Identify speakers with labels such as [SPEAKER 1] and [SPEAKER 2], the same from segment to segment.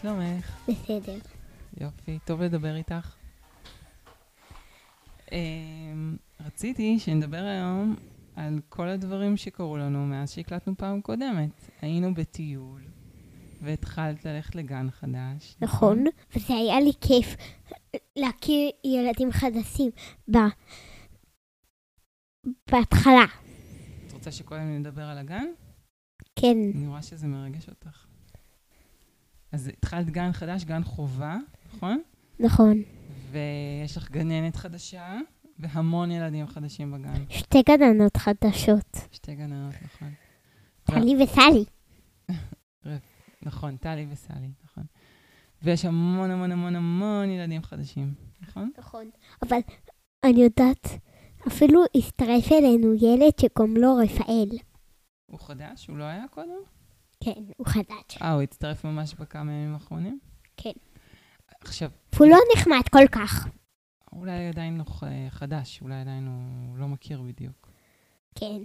[SPEAKER 1] שלומך?
[SPEAKER 2] בסדר.
[SPEAKER 1] יופי, טוב לדבר איתך. אה, רציתי שנדבר היום על כל הדברים שקרו לנו מאז שהקלטנו פעם קודמת. היינו בטיול, והתחלת ללכת לגן חדש.
[SPEAKER 2] נכון, וזה היה לי כיף להכיר ילדים חדשים ב- בהתחלה.
[SPEAKER 1] את רוצה שקודם נדבר על הגן?
[SPEAKER 2] כן,
[SPEAKER 1] אני רואה שזה מרגש אותך. אז התחלת גן חדש, גן חובה, נכון?
[SPEAKER 2] נכון.
[SPEAKER 1] ויש לך גננת חדשה, והמון ילדים חדשים בגן.
[SPEAKER 2] שתי גננות חדשות,
[SPEAKER 1] שתי גננות, נכון.
[SPEAKER 2] טלי וסלי.
[SPEAKER 1] נכון, טלי וסלי, נכון. ויש המון המון המון המון ילדים חדשים, נכון?
[SPEAKER 2] נכון. אבל אני יודעת, אפילו הצטרף אלינו ילד שקוראים לו רפאל.
[SPEAKER 1] הוא חדש? הוא לא היה קודם?
[SPEAKER 2] כן, הוא חדש.
[SPEAKER 1] אה, הוא הצטרף ממש בכמה ימים האחרונים?
[SPEAKER 2] כן.
[SPEAKER 1] עכשיו,
[SPEAKER 2] הוא לא נחמד כל כך.
[SPEAKER 1] אולי עדיין הוא ח- חדש, אולי עדיין הוא לא מכיר בדיוק.
[SPEAKER 2] כן.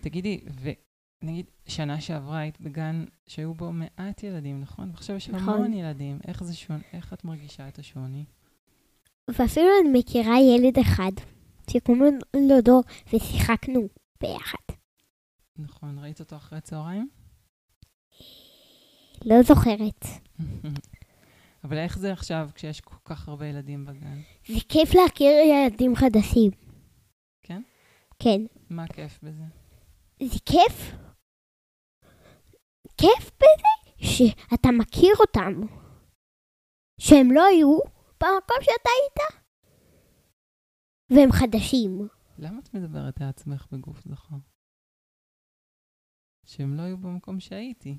[SPEAKER 1] תגידי, ונגיד, שנה שעברה היית בגן שהיו בו מעט ילדים, נכון? ועכשיו יש המון
[SPEAKER 2] נכון.
[SPEAKER 1] ילדים. איך זה שונה? איך את מרגישה את השוני?
[SPEAKER 2] ואפילו אני מכירה ילד אחד, שקוראים לו דור, ושיחקנו ביחד.
[SPEAKER 1] נכון, ראית אותו אחרי צהריים?
[SPEAKER 2] לא זוכרת.
[SPEAKER 1] אבל איך זה עכשיו כשיש כל כך הרבה ילדים בגן?
[SPEAKER 2] זה כיף להכיר ילדים חדשים.
[SPEAKER 1] כן?
[SPEAKER 2] כן.
[SPEAKER 1] מה הכיף בזה?
[SPEAKER 2] זה כיף. כיף בזה שאתה מכיר אותם. שהם לא היו במקום שאתה היית. והם חדשים.
[SPEAKER 1] למה את מדברת על עצמך בגוף זכר? שהם לא היו במקום שהייתי.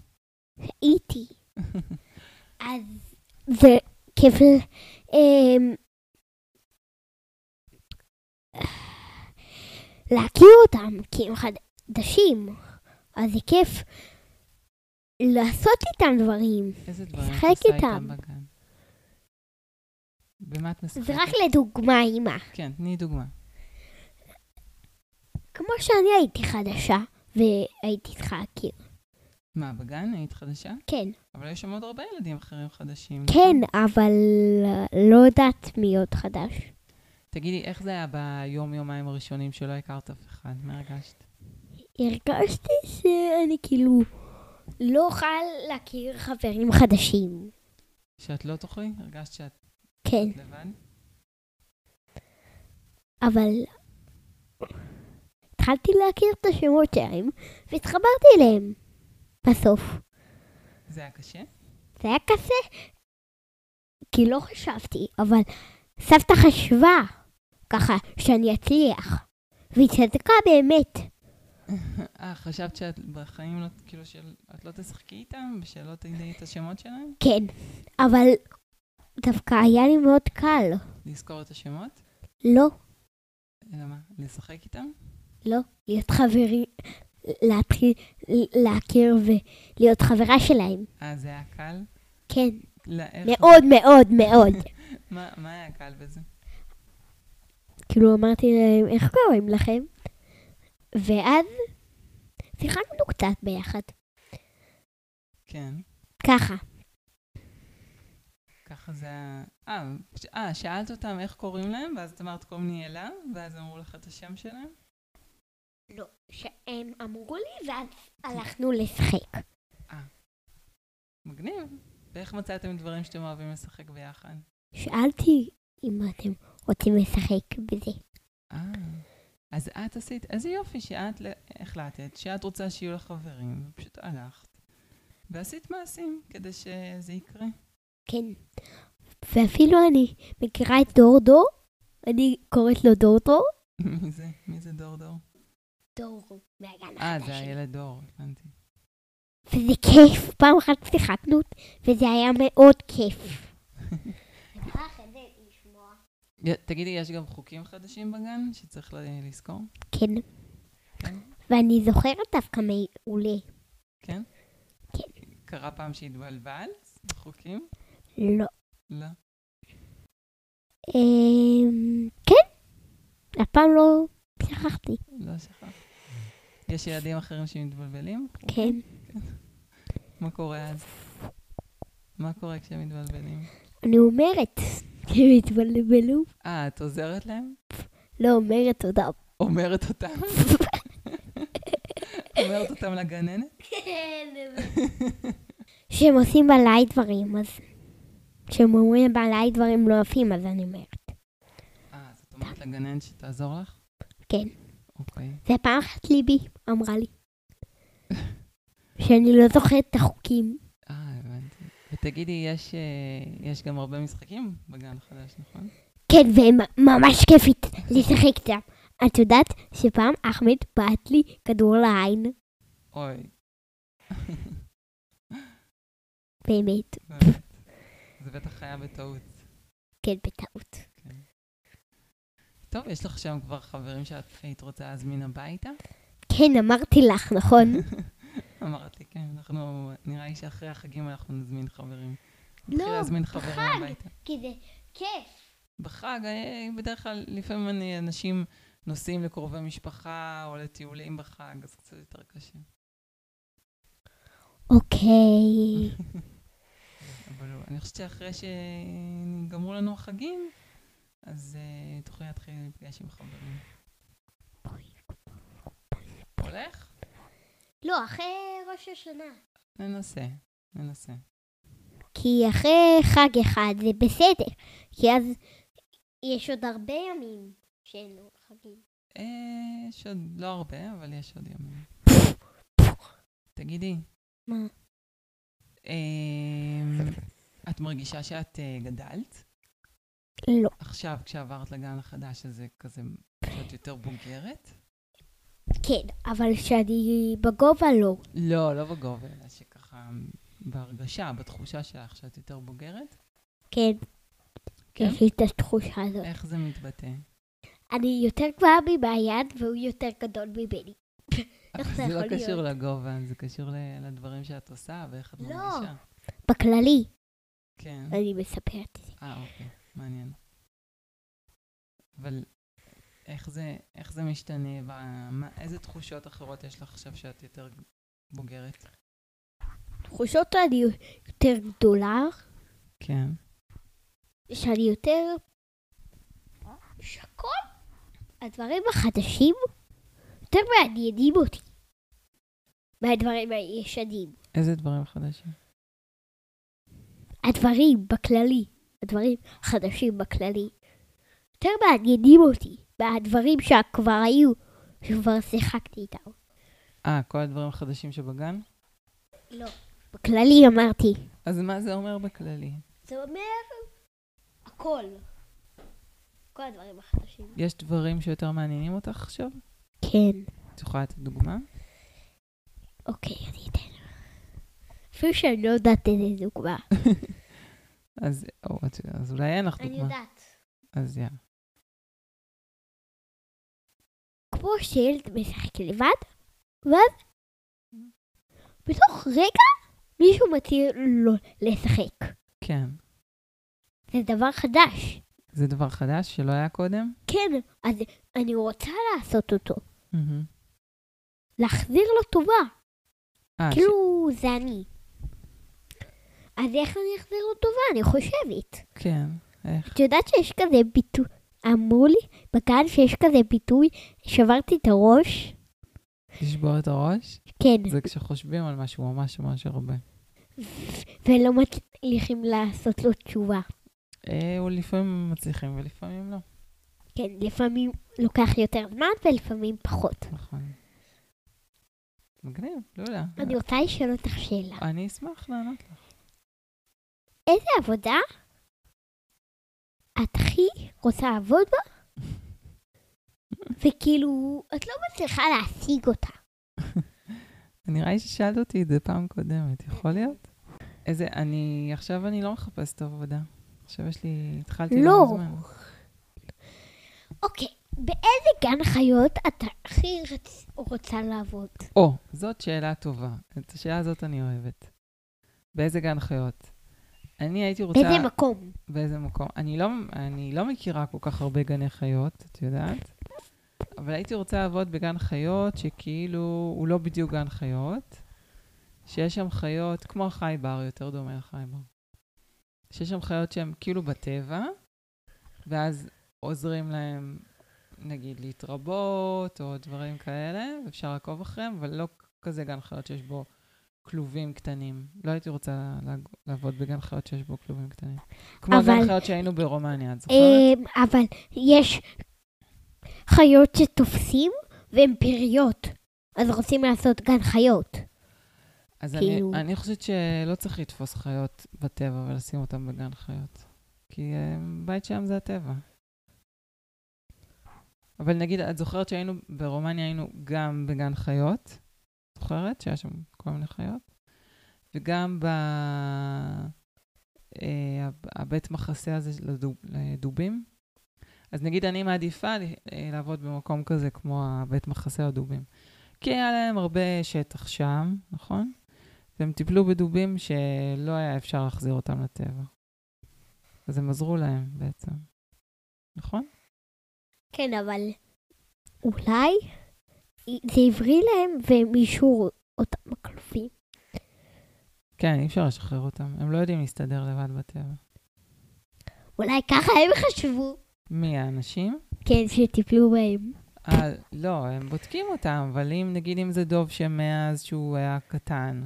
[SPEAKER 2] איתי. אז זה כיף... אמ, להכיר אותם, כי הם חדשים. אז זה כיף לעשות איתם דברים.
[SPEAKER 1] איזה דברים את
[SPEAKER 2] לשחק
[SPEAKER 1] עושה
[SPEAKER 2] איתם.
[SPEAKER 1] איתם בגן? במה את משחקת?
[SPEAKER 2] זה רק לדוגמה, אמא.
[SPEAKER 1] כן, תני דוגמה.
[SPEAKER 2] כמו שאני הייתי חדשה, והייתי צריכה להכיר.
[SPEAKER 1] מה, בגן היית חדשה?
[SPEAKER 2] כן.
[SPEAKER 1] אבל יש שם עוד הרבה ילדים אחרים חדשים. נכון?
[SPEAKER 2] כן, אבל לא יודעת מי עוד חדש.
[SPEAKER 1] תגידי, איך זה היה ביום-יומיים הראשונים שלא הכרת אף אחד? מה הרגשת?
[SPEAKER 2] הרגשתי שאני כאילו לא אוכל להכיר חברים חדשים.
[SPEAKER 1] שאת לא תוכלי? הרגשת שאת
[SPEAKER 2] כן,
[SPEAKER 1] לבד?
[SPEAKER 2] אבל התחלתי להכיר את השמות שלהם, והתחברתי אליהם. בסוף.
[SPEAKER 1] זה היה קשה?
[SPEAKER 2] זה היה קשה, כי לא חשבתי, אבל סבתא חשבה ככה שאני אצליח, והיא צדקה באמת.
[SPEAKER 1] אה, חשבת שאת בחיים לא, כאילו, שאת לא תשחקי איתם ושלא תדעי את השמות שלהם?
[SPEAKER 2] כן, אבל דווקא היה לי מאוד קל.
[SPEAKER 1] לזכור את השמות?
[SPEAKER 2] לא,
[SPEAKER 1] אלא מה? לשחק איתם?
[SPEAKER 2] לא, להיות חברי, להתחיל להכיר ולהיות חברה שלהם.
[SPEAKER 1] אה, זה היה קל?
[SPEAKER 2] כן,
[SPEAKER 1] לא, איך זה-
[SPEAKER 2] מאוד מאוד מאוד.
[SPEAKER 1] מה, מה היה קל בזה?
[SPEAKER 2] כאילו אמרתי להם, איך קוראים לכם? ואז שיחקנו קצת ביחד,
[SPEAKER 1] כן,
[SPEAKER 2] ככה.
[SPEAKER 1] ככה זה היה... אה, ש- אה, שאלת אותם איך קוראים להם, ואז את אמרת קוראים לי אלה, ואז אמרו לך את השם שלהם?
[SPEAKER 2] לא, שהם אמרו לי, ואז הלכנו לשחק.
[SPEAKER 1] מגניב. ואיך מצאתם דברים שאתם אוהבים לשחק ביחד?
[SPEAKER 2] שאלתי אם אתם רוצים לשחק בזה.
[SPEAKER 1] אה, אז את עשית, איזה יופי שאת ל- החלטת שאת רוצה שיהיו לך חברים, ופשוט הלכת. ועשית מעשים כדי שזה יקרה.
[SPEAKER 2] כן. ואפילו אני מכירה את דור דור, אני קוראת לו דור דור.
[SPEAKER 1] מי זה? מי זה דור דור?
[SPEAKER 2] דור מהגן
[SPEAKER 1] אה,
[SPEAKER 2] החדש.
[SPEAKER 1] זה הילד דור, הבנתי.
[SPEAKER 2] וזה כיף, פעם אחת שיחקנו, וזה היה מאוד כיף. אני יכולה אחרי זה לשמוע.
[SPEAKER 1] י- תגידי, יש גם חוקים חדשים בגן שצריך ל- לזכור?
[SPEAKER 2] כן,
[SPEAKER 1] כן?
[SPEAKER 2] ואני זוכרת דווקא מעולה.
[SPEAKER 1] כן?
[SPEAKER 2] כן.
[SPEAKER 1] קרה פעם שהתבלבלת? חוקים?
[SPEAKER 2] לא.
[SPEAKER 1] לא.
[SPEAKER 2] אמ, כן, אף פעם לא שכחתי.
[SPEAKER 1] לא שכחת. יש ילדים אחרים שמתבלבלים?
[SPEAKER 2] כן.
[SPEAKER 1] מה קורה אז? מה קורה כשמתבלבלים?
[SPEAKER 2] אני אומרת, הם התבלבלו,
[SPEAKER 1] אה, את עוזרת להם?
[SPEAKER 2] לא אומרת תודה.
[SPEAKER 1] אומרת אותם? אומרת אותם לגננת?
[SPEAKER 2] כשהם עושים עליי דברים, אז... כשהם אומרים עליי דברים לא יפים, אז אני אומרת.
[SPEAKER 1] אה, אז את אומרת לגננת שתעזור לך?
[SPEAKER 2] כן.
[SPEAKER 1] אוקיי.
[SPEAKER 2] זה פעם אחת ליבי אמרה לי. שאני לא זוכרת את החוקים.
[SPEAKER 1] אה, הבנתי. ותגידי, יש, אה, יש גם הרבה משחקים בגן החדש, נכון?
[SPEAKER 2] כן, והם ממש כיפית לשחק איתם. את יודעת שפעם אחמד בעט לי כדור לעין?
[SPEAKER 1] אוי,
[SPEAKER 2] באמת.
[SPEAKER 1] באמת. זה בטח היה בטעות.
[SPEAKER 2] כן, בטעות.
[SPEAKER 1] טוב, יש לך שם כבר חברים שאת היית רוצה להזמין הביתה?
[SPEAKER 2] כן, אמרתי לך, נכון?
[SPEAKER 1] אמרתי, כן, אנחנו, נראה לי שאחרי החגים אנחנו נזמין חברים.
[SPEAKER 2] לא,
[SPEAKER 1] נתחיל להזמין חברים
[SPEAKER 2] בחג.
[SPEAKER 1] הביתה.
[SPEAKER 2] כי זה כיף.
[SPEAKER 1] בחג, אה, בדרך כלל, לפעמים אני- אנשים נוסעים לקרובי משפחה או לטיולים בחג, אז קצת יותר קשה.
[SPEAKER 2] אוקיי.
[SPEAKER 1] אבל לא, אני חושבת שאחרי שנגמרו לנו החגים, אז אה, תוכלי להתחיל להיפגש עם חברים. הולך?
[SPEAKER 2] לא, אחרי ראש השנה.
[SPEAKER 1] ננסה, ננסה.
[SPEAKER 2] כי אחרי חג אחד זה בסדר, כי אז יש עוד הרבה ימים שאין לו חגים.
[SPEAKER 1] אה, יש עוד, לא הרבה, אבל יש עוד ימים. תגידי,
[SPEAKER 2] מה?
[SPEAKER 1] אה, את מרגישה שאת אה, גדלת?
[SPEAKER 2] לא.
[SPEAKER 1] עכשיו, כשעברת לגן החדש הזה, כזה, שאת יותר בוגרת?
[SPEAKER 2] כן, אבל כשאני בגובה לא.
[SPEAKER 1] לא, לא בגובה, אלא שככה, אמ, בהרגשה, בתחושה שלך שאת יותר בוגרת?
[SPEAKER 2] כן,
[SPEAKER 1] כן?
[SPEAKER 2] יש לי את התחושה הזאת.
[SPEAKER 1] איך זה מתבטא?
[SPEAKER 2] אני יותר גבוהה מבעיין והוא יותר גדול ממני. איך זה
[SPEAKER 1] זה
[SPEAKER 2] יכול
[SPEAKER 1] לא
[SPEAKER 2] להיות?
[SPEAKER 1] קשור לגובה, זה קשור ל- לדברים שאת עושה ואיך את
[SPEAKER 2] לא.
[SPEAKER 1] מרגישה.
[SPEAKER 2] בכללי,
[SPEAKER 1] כן.
[SPEAKER 2] אני מספרת את זה.
[SPEAKER 1] אה, אוקיי, מעניין. אבל איך זה, איך זה משתנה? ב- מה, איזה תחושות אחרות יש לך עכשיו שאת יותר בוגרת?
[SPEAKER 2] תחושות אני יותר גדולה,
[SPEAKER 1] כן.
[SPEAKER 2] שאני יותר... שכל הדברים החדשים יותר מעניינים אותי מהדברים הישנים.
[SPEAKER 1] איזה דברים חדשים?
[SPEAKER 2] הדברים בכללי, הדברים החדשים בכללי, יותר מעניינים אותי מהדברים שכבר היו, שכבר שיחקתי איתם.
[SPEAKER 1] אה, כל הדברים החדשים שבגן?
[SPEAKER 2] לא. בכללי אמרתי.
[SPEAKER 1] אז מה זה אומר בכללי?
[SPEAKER 2] זה אומר הכל. כל הדברים החדשים.
[SPEAKER 1] יש דברים שיותר מעניינים אותך עכשיו?
[SPEAKER 2] כן.
[SPEAKER 1] את יכולה לתת דוגמה?
[SPEAKER 2] אוקיי, אני אתן. אפילו שאני לא יודעת איזה דוגמה.
[SPEAKER 1] אז, או, את- אז אולי אין לך דוגמה.
[SPEAKER 2] יודעת.
[SPEAKER 1] אז יאללה.
[SPEAKER 2] כמו שילד משחק לבד, ואז בתוך רגע מישהו מתיר לו לשחק.
[SPEAKER 1] כן.
[SPEAKER 2] זה דבר חדש.
[SPEAKER 1] זה דבר חדש שלא היה קודם?
[SPEAKER 2] כן, אז אני רוצה לעשות אותו.
[SPEAKER 1] מהמם.
[SPEAKER 2] להחזיר לו טובה.
[SPEAKER 1] אה, ש-
[SPEAKER 2] כאילו, זה אני. אז איך אני אחזיר לו טובה? אני חושבת.
[SPEAKER 1] כן. איך?
[SPEAKER 2] את יודעת שיש כזה ביטוי, אמרו לי בגן שיש כזה ביטוי, שברתי את הראש?
[SPEAKER 1] לשבור את הראש?
[SPEAKER 2] כן,
[SPEAKER 1] זה כשחושבים על משהו ממש ממש הרבה.
[SPEAKER 2] ולא מצליחים לעשות לו תשובה.
[SPEAKER 1] אה, הוא לפעמים מצליחים ולפעמים לא.
[SPEAKER 2] כן, לפעמים לוקח יותר זמן ולפעמים פחות.
[SPEAKER 1] נכון. מגניב, לולה.
[SPEAKER 2] אני רוצה לשאול אותך שאלה.
[SPEAKER 1] אני אשמח לענות לך.
[SPEAKER 2] איזה עבודה את הכי רוצה לעבוד בה, וכאילו, את לא מצליחה להשיג אותה.
[SPEAKER 1] נראה לי ששאלת אותי את זה פעם קודמת, יכול
[SPEAKER 2] כן.
[SPEAKER 1] להיות? איזה, אני, עכשיו אני לא מחפשת עבודה. עכשיו יש לי, התחלתי
[SPEAKER 2] לא.
[SPEAKER 1] לא מזמן.
[SPEAKER 2] אוקיי, באיזה גן חיות את הכי רצ- רוצה לעבוד?
[SPEAKER 1] או, זאת שאלה טובה. את השאלה הזאת אני אוהבת. באיזה גן חיות? אני הייתי רוצה...
[SPEAKER 2] באיזה מקום?
[SPEAKER 1] באיזה מקום. אני לא, אני לא מכירה כל כך הרבה גני חיות, את יודעת? אבל הייתי רוצה לעבוד בגן חיות שכאילו הוא לא בדיוק גן חיות, שיש שם חיות כמו החי בר, יותר דומה לחי בר. שיש שם חיות שהן כאילו בטבע, ואז עוזרים להן, נגיד, להתרבות, או דברים כאלה, ואפשר לעקוב אחריהם, אבל לא כזה גן חיות שיש בו כלובים קטנים. לא הייתי רוצה לעג- לעבוד בגן חיות שיש בו כלובים קטנים. כמו
[SPEAKER 2] אבל-
[SPEAKER 1] גן חיות שהיינו ברומניה, את זוכרת?
[SPEAKER 2] אה, אבל יש חיות שתופסים והן פריות, אז רוצים לעשות גן חיות.
[SPEAKER 1] אז
[SPEAKER 2] כאילו-
[SPEAKER 1] אני, אני חושבת שלא צריך לתפוס חיות בטבע ולשים אותן בגן חיות. כי אה, בית שם זה הטבע. אבל נגיד, את זוכרת שהיינו, ברומניה היינו גם בגן חיות? זוכרת? שהיה שם כל מיני חיות? וגם ב... אה, הב- הבית מחסה הזה של הדוב- לדובים. אז נגיד אני מעדיפה ל- אה, לעבוד במקום כזה כמו הבית מחסה לדובים. כי היה להם הרבה שטח שם, נכון? והם טיפלו בדובים שלא היה אפשר להחזיר אותם לטבע. אז הם עזרו להם בעצם, נכון?
[SPEAKER 2] כן, אבל אולי זה הבריא להם והם אישרו אותם הכלובים.
[SPEAKER 1] כן, אי אפשר לשחרר אותם. הם לא יודעים להסתדר לבד בטבע.
[SPEAKER 2] אולי ככה הם חשבו.
[SPEAKER 1] מי האנשים?
[SPEAKER 2] כן, שטיפלו בהם.
[SPEAKER 1] אה, לא, הם בודקים אותם, אבל אם נגיד אם זה דוב שמאז שהוא היה קטן,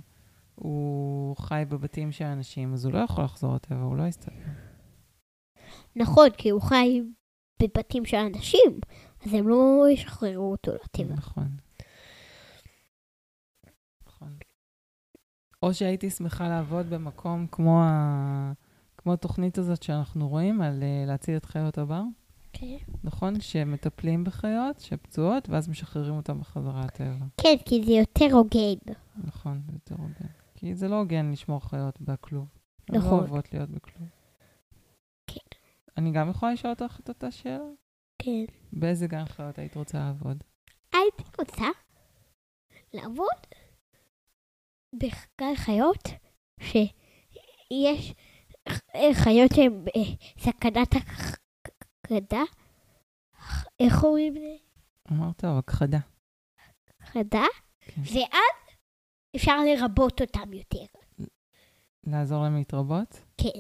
[SPEAKER 1] הוא חי בבתים של אנשים, אז הוא לא יכול לחזור לטבע, הוא לא יסתדר.
[SPEAKER 2] נכון, כי הוא חי בבתים של אנשים, אז הם לא ישחררו אותו לטבע.
[SPEAKER 1] נכון. נכון. או שהייתי שמחה לעבוד במקום כמו, ה... כמו התוכנית הזאת שאנחנו רואים על אה, להציל את חיות הבר,
[SPEAKER 2] אוקיי.
[SPEAKER 1] נכון? שמטפלים בחיות שפצועות, ואז משחררים אותן בחזרה לטבע.
[SPEAKER 2] כן, כי זה יותר הוגן.
[SPEAKER 1] נכון, זה יותר הוגן. כי זה לא הוגן לשמור חיות בכלוב. הן לא
[SPEAKER 2] נכון.
[SPEAKER 1] אוהבות להיות בכלוב.
[SPEAKER 2] כן.
[SPEAKER 1] אני גם יכולה לשאול אותך את אותה שאלה?
[SPEAKER 2] כן.
[SPEAKER 1] באיזה גן חיות היית רוצה לעבוד?
[SPEAKER 2] הייתי רוצה לעבוד בחגי חיות, שיש ח- חיות שהן בסכנת הכחדה. איך קוראים לזה?
[SPEAKER 1] אמרת, או הכחדה.
[SPEAKER 2] הכחדה.
[SPEAKER 1] כן.
[SPEAKER 2] ואז אפשר לרבות אותם יותר.
[SPEAKER 1] לעזור להם להתרבות?
[SPEAKER 2] כן.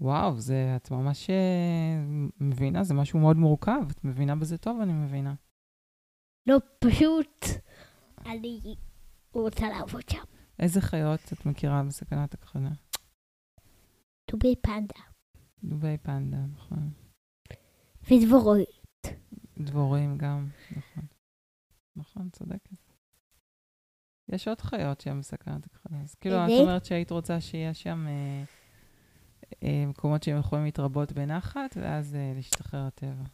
[SPEAKER 1] וואו, זה, את ממש אה, מבינה, זה משהו מאוד מורכב. את מבינה בזה טוב, אני מבינה.
[SPEAKER 2] לא, פשוט אני רוצה לעבוד שם.
[SPEAKER 1] איזה חיות את מכירה בסכנת הכחדה?
[SPEAKER 2] דובי פנדה
[SPEAKER 1] דובי פנדה, נכון.
[SPEAKER 2] ודבורוי.
[SPEAKER 1] דבורים גם, נכון. נכון, צודקת. יש עוד חיות שהן בסכנת הכחדה. אז כאילו, את
[SPEAKER 2] איזה?
[SPEAKER 1] אומרת שהיית רוצה שיהיה שם אה, אה, מקומות שהם יכולים להתרבות בנחת, ואז אה, להשתחרר לטבע.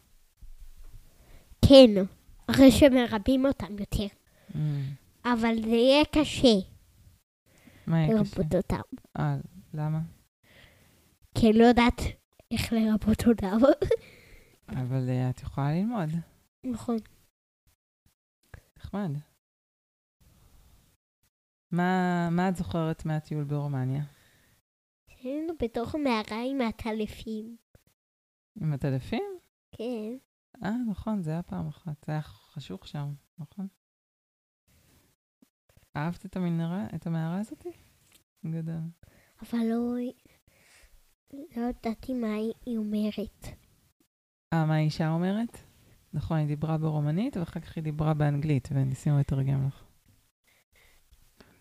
[SPEAKER 2] כן, אחרי שמרבים אותם יותר.
[SPEAKER 1] Mm,
[SPEAKER 2] אבל זה יהיה קשה
[SPEAKER 1] מה יהיה קשה?
[SPEAKER 2] לרבות אותם.
[SPEAKER 1] אה, למה?
[SPEAKER 2] כי אני לא יודעת איך לרבות אותם.
[SPEAKER 1] אבל אה, את יכולה ללמוד.
[SPEAKER 2] נכון.
[SPEAKER 1] נחמד. מה, מה את זוכרת מהטיול ברומניה?
[SPEAKER 2] היינו בתוך מערה עם הטלפים.
[SPEAKER 1] עם הטלפים?
[SPEAKER 2] כן.
[SPEAKER 1] אה, נכון, זה היה פעם אחת. זה היה חשוך שם, נכון? אהבת את המנהרה, את המערה הזאת? גדול.
[SPEAKER 2] אבל לא... לא ידעתי מה היא אומרת.
[SPEAKER 1] אה, מה האישה אומרת? נכון, היא דיברה ברומנית, ואחר כך היא דיברה באנגלית, וניסינו לתרגם לך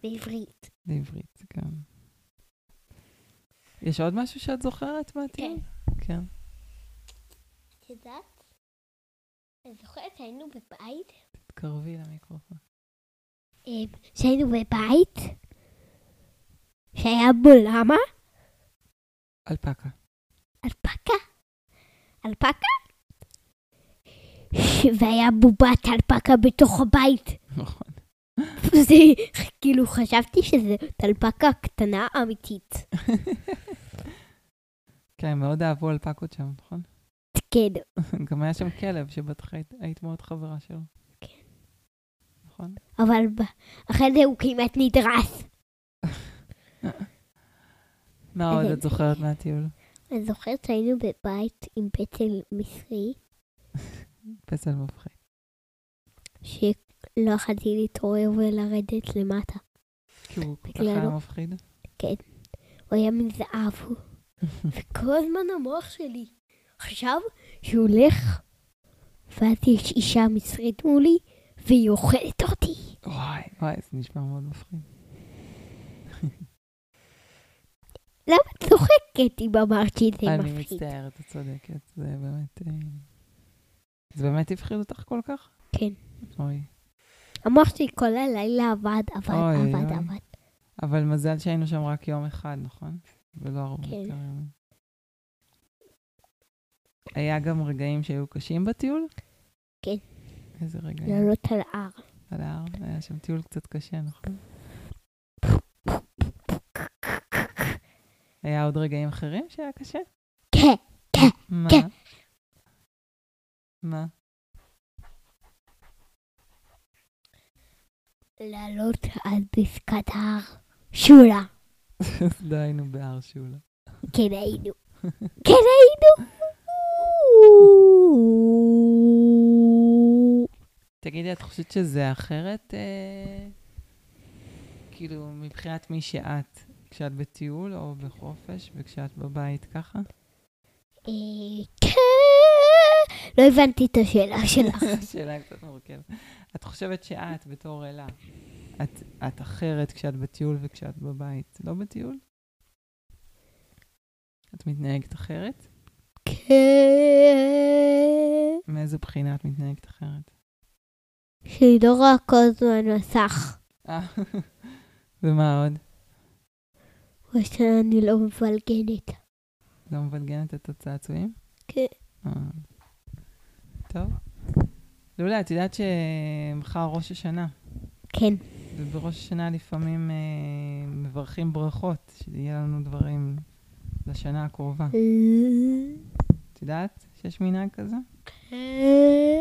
[SPEAKER 2] בעברית.
[SPEAKER 1] לעברית גם. יש עוד משהו שאת זוכרת מהטיול? כן.
[SPEAKER 2] את יודעת? אני זוכרת שהיינו בבית
[SPEAKER 1] תתקרבי למיקרופון.
[SPEAKER 2] אה, שהיינו בבית שהיה בו למה?
[SPEAKER 1] אלפקה.
[SPEAKER 2] אלפקה. אלפקה? ש- והיה בובת אלפקה בתוך הבית.
[SPEAKER 1] נכון.
[SPEAKER 2] זה כאילו חשבתי שזה אלפקה קטנה אמיתית.
[SPEAKER 1] כן, מאוד אהבו אלפקות שם, נכון?
[SPEAKER 2] כן,
[SPEAKER 1] גם היה שם כלב שבטח היית- היית מאוד חברה שלו.
[SPEAKER 2] כן.
[SPEAKER 1] נכון?
[SPEAKER 2] אבל ב- אחרי זה הוא כמעט נדרס.
[SPEAKER 1] מה עוד
[SPEAKER 2] אבל-
[SPEAKER 1] את זוכרת מהטיול?
[SPEAKER 2] אני זוכרת שהיינו בבית עם פצל מצרי,
[SPEAKER 1] פסל מפחיד.
[SPEAKER 2] שלא יכלתי להתעורר ולרדת למטה.
[SPEAKER 1] כי הוא כל כך
[SPEAKER 2] לא- בגללו?
[SPEAKER 1] היה מפחיד.
[SPEAKER 2] הוא היה מזהב, וכל הזמן המוח שלי חשב שהוא הולך, ואז יש אישה מצרית מולי, והיא אוכלת אותי.
[SPEAKER 1] וואי, וואי, זה נשמע מאוד מפחיד.
[SPEAKER 2] למה את צוחקת אם אמרתי את זה
[SPEAKER 1] אני
[SPEAKER 2] מפחיד?
[SPEAKER 1] מצטערת, את צודקת. זה באמת... אה, זה באמת הפחיד אותך כל כך?
[SPEAKER 2] כן.
[SPEAKER 1] אוי.
[SPEAKER 2] המוח שלי כל הלילה עבד, עבד,
[SPEAKER 1] אוי,
[SPEAKER 2] עבד,
[SPEAKER 1] אוי.
[SPEAKER 2] עבד.
[SPEAKER 1] אבל מזל שהיינו שם רק יום אחד, נכון? ולא הרבה
[SPEAKER 2] כן.
[SPEAKER 1] יותר ימים. היה גם רגעים שהיו קשים בטיול?
[SPEAKER 2] כן. לא,
[SPEAKER 1] איזה רגעים?
[SPEAKER 2] לעלות על ההר.
[SPEAKER 1] על ההר? היה שם טיול קצת קשה, נכון? היה עוד רגעים אחרים שהיה קשה?
[SPEAKER 2] כן,
[SPEAKER 1] מה?
[SPEAKER 2] כן.
[SPEAKER 1] מה?
[SPEAKER 2] לעלות על פסקת ההר. שולה.
[SPEAKER 1] אז לא היינו בהר שולה.
[SPEAKER 2] כן היינו. כן היינו.
[SPEAKER 1] תגידי, את חושבת שזה אחרת, אה, כאילו, מבחינת מי שאת, כשאת בטיול או בחופש וכשאת בבית ככה?
[SPEAKER 2] אה, כן. לא הבנתי את השאלה שלך.
[SPEAKER 1] שאלה קצת מורכבת. את חושבת שאת, בתור אלה, את, את אחרת כשאת בטיול וכשאת בבית, לא בטיול? את מתנהגת אחרת?
[SPEAKER 2] כן.
[SPEAKER 1] מאיזה בחינה את מתנהגת אחרת?
[SPEAKER 2] שהיא לא רואה כל הזמן מסך.
[SPEAKER 1] אה, ומה עוד?
[SPEAKER 2] או שאני לא מבלגנת.
[SPEAKER 1] לא מבלגנת את הצעצועים?
[SPEAKER 2] כן.
[SPEAKER 1] אה. טוב. לולה, את יודעת שמחר ראש השנה,
[SPEAKER 2] כן.
[SPEAKER 1] ובראש השנה לפעמים אה, מברכים ברכות, שיהיה לנו דברים לשנה הקרובה. את יודעת שיש מנהג כזה?
[SPEAKER 2] אה,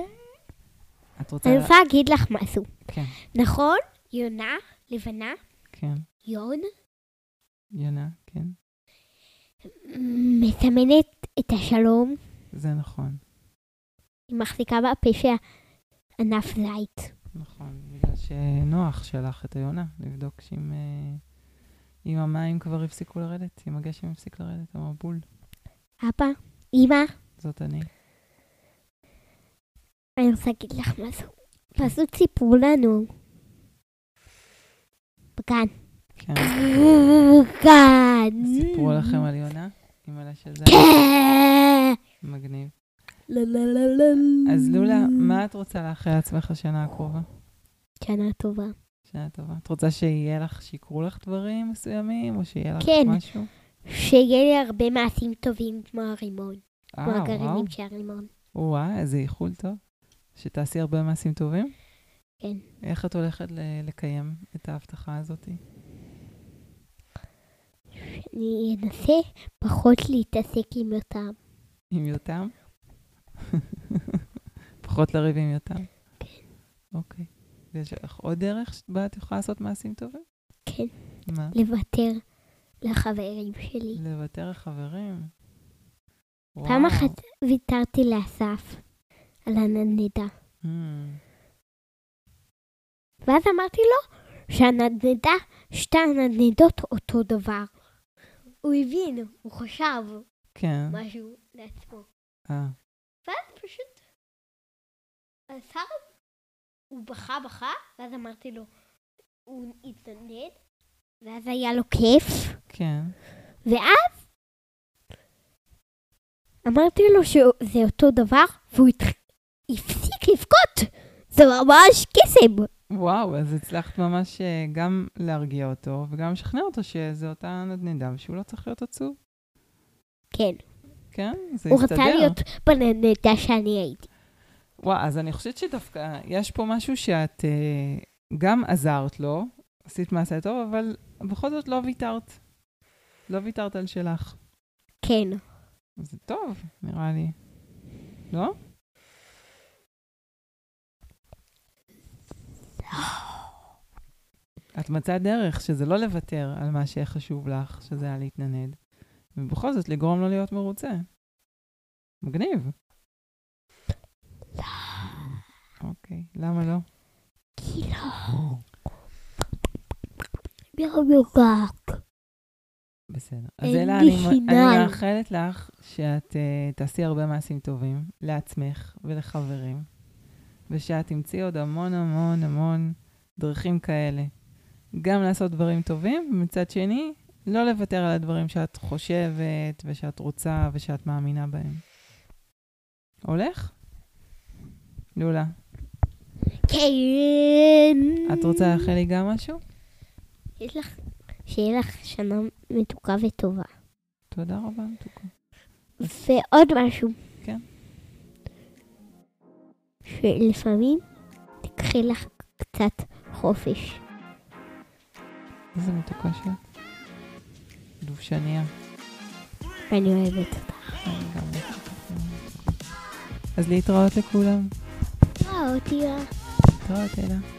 [SPEAKER 1] את רוצה...
[SPEAKER 2] אני
[SPEAKER 1] לה-
[SPEAKER 2] רוצה להגיד לך משהו.
[SPEAKER 1] לא- כן,
[SPEAKER 2] נכון? יונה, לבנה,
[SPEAKER 1] כן.
[SPEAKER 2] יון,
[SPEAKER 1] יונה, כן.
[SPEAKER 2] מסמנת את השלום,
[SPEAKER 1] זה נכון,
[SPEAKER 2] היא מחזיקה בפה שלה ענף זית.
[SPEAKER 1] נכון. בגלל שנוח שלח את היונה לבדוק שאם... אה, אם המים כבר הפסיקו לרדת, אם הגשם הפסיק לרדת, המבול.
[SPEAKER 2] אבא, אמא,
[SPEAKER 1] זאת אני.
[SPEAKER 2] אני רוצה להגיד לך משהו. פשוט סיפרו לנו. בגן.
[SPEAKER 1] כן.
[SPEAKER 2] בגן.
[SPEAKER 1] סיפרו לכם על יונה? אימא'לה של זה?
[SPEAKER 2] כן.
[SPEAKER 1] מגניב.
[SPEAKER 2] לא, לא, לא, לא.
[SPEAKER 1] אז לולה, מה את רוצה לאחל לעצמך השנה הקרובה?
[SPEAKER 2] שנה טובה.
[SPEAKER 1] שנה טובה. את רוצה שיהיה לך, שיקרו לך דברים מסוימים, או שיהיה לך
[SPEAKER 2] כן.
[SPEAKER 1] משהו?
[SPEAKER 2] שיהיה לי הרבה מעשים טובים כמו הרימון.
[SPEAKER 1] אה,
[SPEAKER 2] כמו
[SPEAKER 1] וואו.
[SPEAKER 2] הגרעינים של הרימון.
[SPEAKER 1] וואי, איזה איחול טוב. שתעשי הרבה מעשים טובים.
[SPEAKER 2] כן.
[SPEAKER 1] איך את הולכת ל- לקיים את ההבטחה הזאת?
[SPEAKER 2] אני אנסה פחות להתעסק עם אותם.
[SPEAKER 1] עם יותם? פחות לריב עם יותם?
[SPEAKER 2] כן.
[SPEAKER 1] אוקיי. יש לך עוד דרך שבה את יכולה לעשות מעשים טובים?
[SPEAKER 2] כן.
[SPEAKER 1] מה?
[SPEAKER 2] לוותר לחברים שלי.
[SPEAKER 1] לוותר לחברים.
[SPEAKER 2] פעם
[SPEAKER 1] וואו.
[SPEAKER 2] אחת ויתרתי לאסף על הנדנדה.
[SPEAKER 1] אמ,
[SPEAKER 2] ואז אמרתי לו שהנדנדה, שתי הנדנדות אותו דבר. הוא הבין, הוא חשב
[SPEAKER 1] כן.
[SPEAKER 2] משהו לעצמו.
[SPEAKER 1] אה,
[SPEAKER 2] ואז פשוט השר, הוא בכה בכה, ואז אמרתי לו, הוא התנדנד, ואז היה לו כיף,
[SPEAKER 1] כן.
[SPEAKER 2] ואז אמרתי לו שזה אותו דבר, והוא התח- הפסיק לבכות. זה ממש קסם.
[SPEAKER 1] וואו, אז הצלחת ממש אה, גם להרגיע אותו וגם לשכנע אותו שזו אותה נדנדה ושהוא לא צריך להיות עצוב.
[SPEAKER 2] כן,
[SPEAKER 1] כן, זה
[SPEAKER 2] הוא
[SPEAKER 1] הסתדר.
[SPEAKER 2] רצה להיות בנדנדה שאני הייתי.
[SPEAKER 1] וואו, אז אני חושבת שדווקא יש פה משהו שאת אה, גם עזרת לו, עשית מעשה טוב, אבל בכל זאת לא ויתרת. לא ויתרת על שלך.
[SPEAKER 2] כן,
[SPEAKER 1] זה טוב, נראה לי. לא? את מצאת דרך שזה לא לוותר על מה שחשוב לך, שזה היה להתננד, ובכל זאת לגרום לו להיות מרוצה. מגניב. אוקיי, למה לא?
[SPEAKER 2] לא. כאילו... יום יוגק.
[SPEAKER 1] בסדר. אז
[SPEAKER 2] אין
[SPEAKER 1] אלה,
[SPEAKER 2] לי
[SPEAKER 1] אני, מ- אני
[SPEAKER 2] שיניים.
[SPEAKER 1] מאחלת לך שאת uh, תעשי הרבה מעשים טובים לעצמך ולחברים, ושאת תמצאי עוד המון המון המון דרכים כאלה. גם לעשות דברים טובים, ומצד שני, לא לוותר על הדברים שאת חושבת ושאת רוצה ושאת מאמינה בהם. הולך? לולה,
[SPEAKER 2] כן.
[SPEAKER 1] את רוצה לאחל לי גם משהו?
[SPEAKER 2] יש לך, שיהיה לך שנה מתוקה וטובה.
[SPEAKER 1] תודה רבה, מתוקה.
[SPEAKER 2] ועוד משהו.
[SPEAKER 1] כן.
[SPEAKER 2] שלפעמים תקחי לך קצת חופש.
[SPEAKER 1] איזה מתוקה שאת. דובשניה.
[SPEAKER 2] ואני אוהבת אותך.
[SPEAKER 1] אז להתראות לכולם.
[SPEAKER 2] אה, אותי אה.
[SPEAKER 1] להתראות, אלה.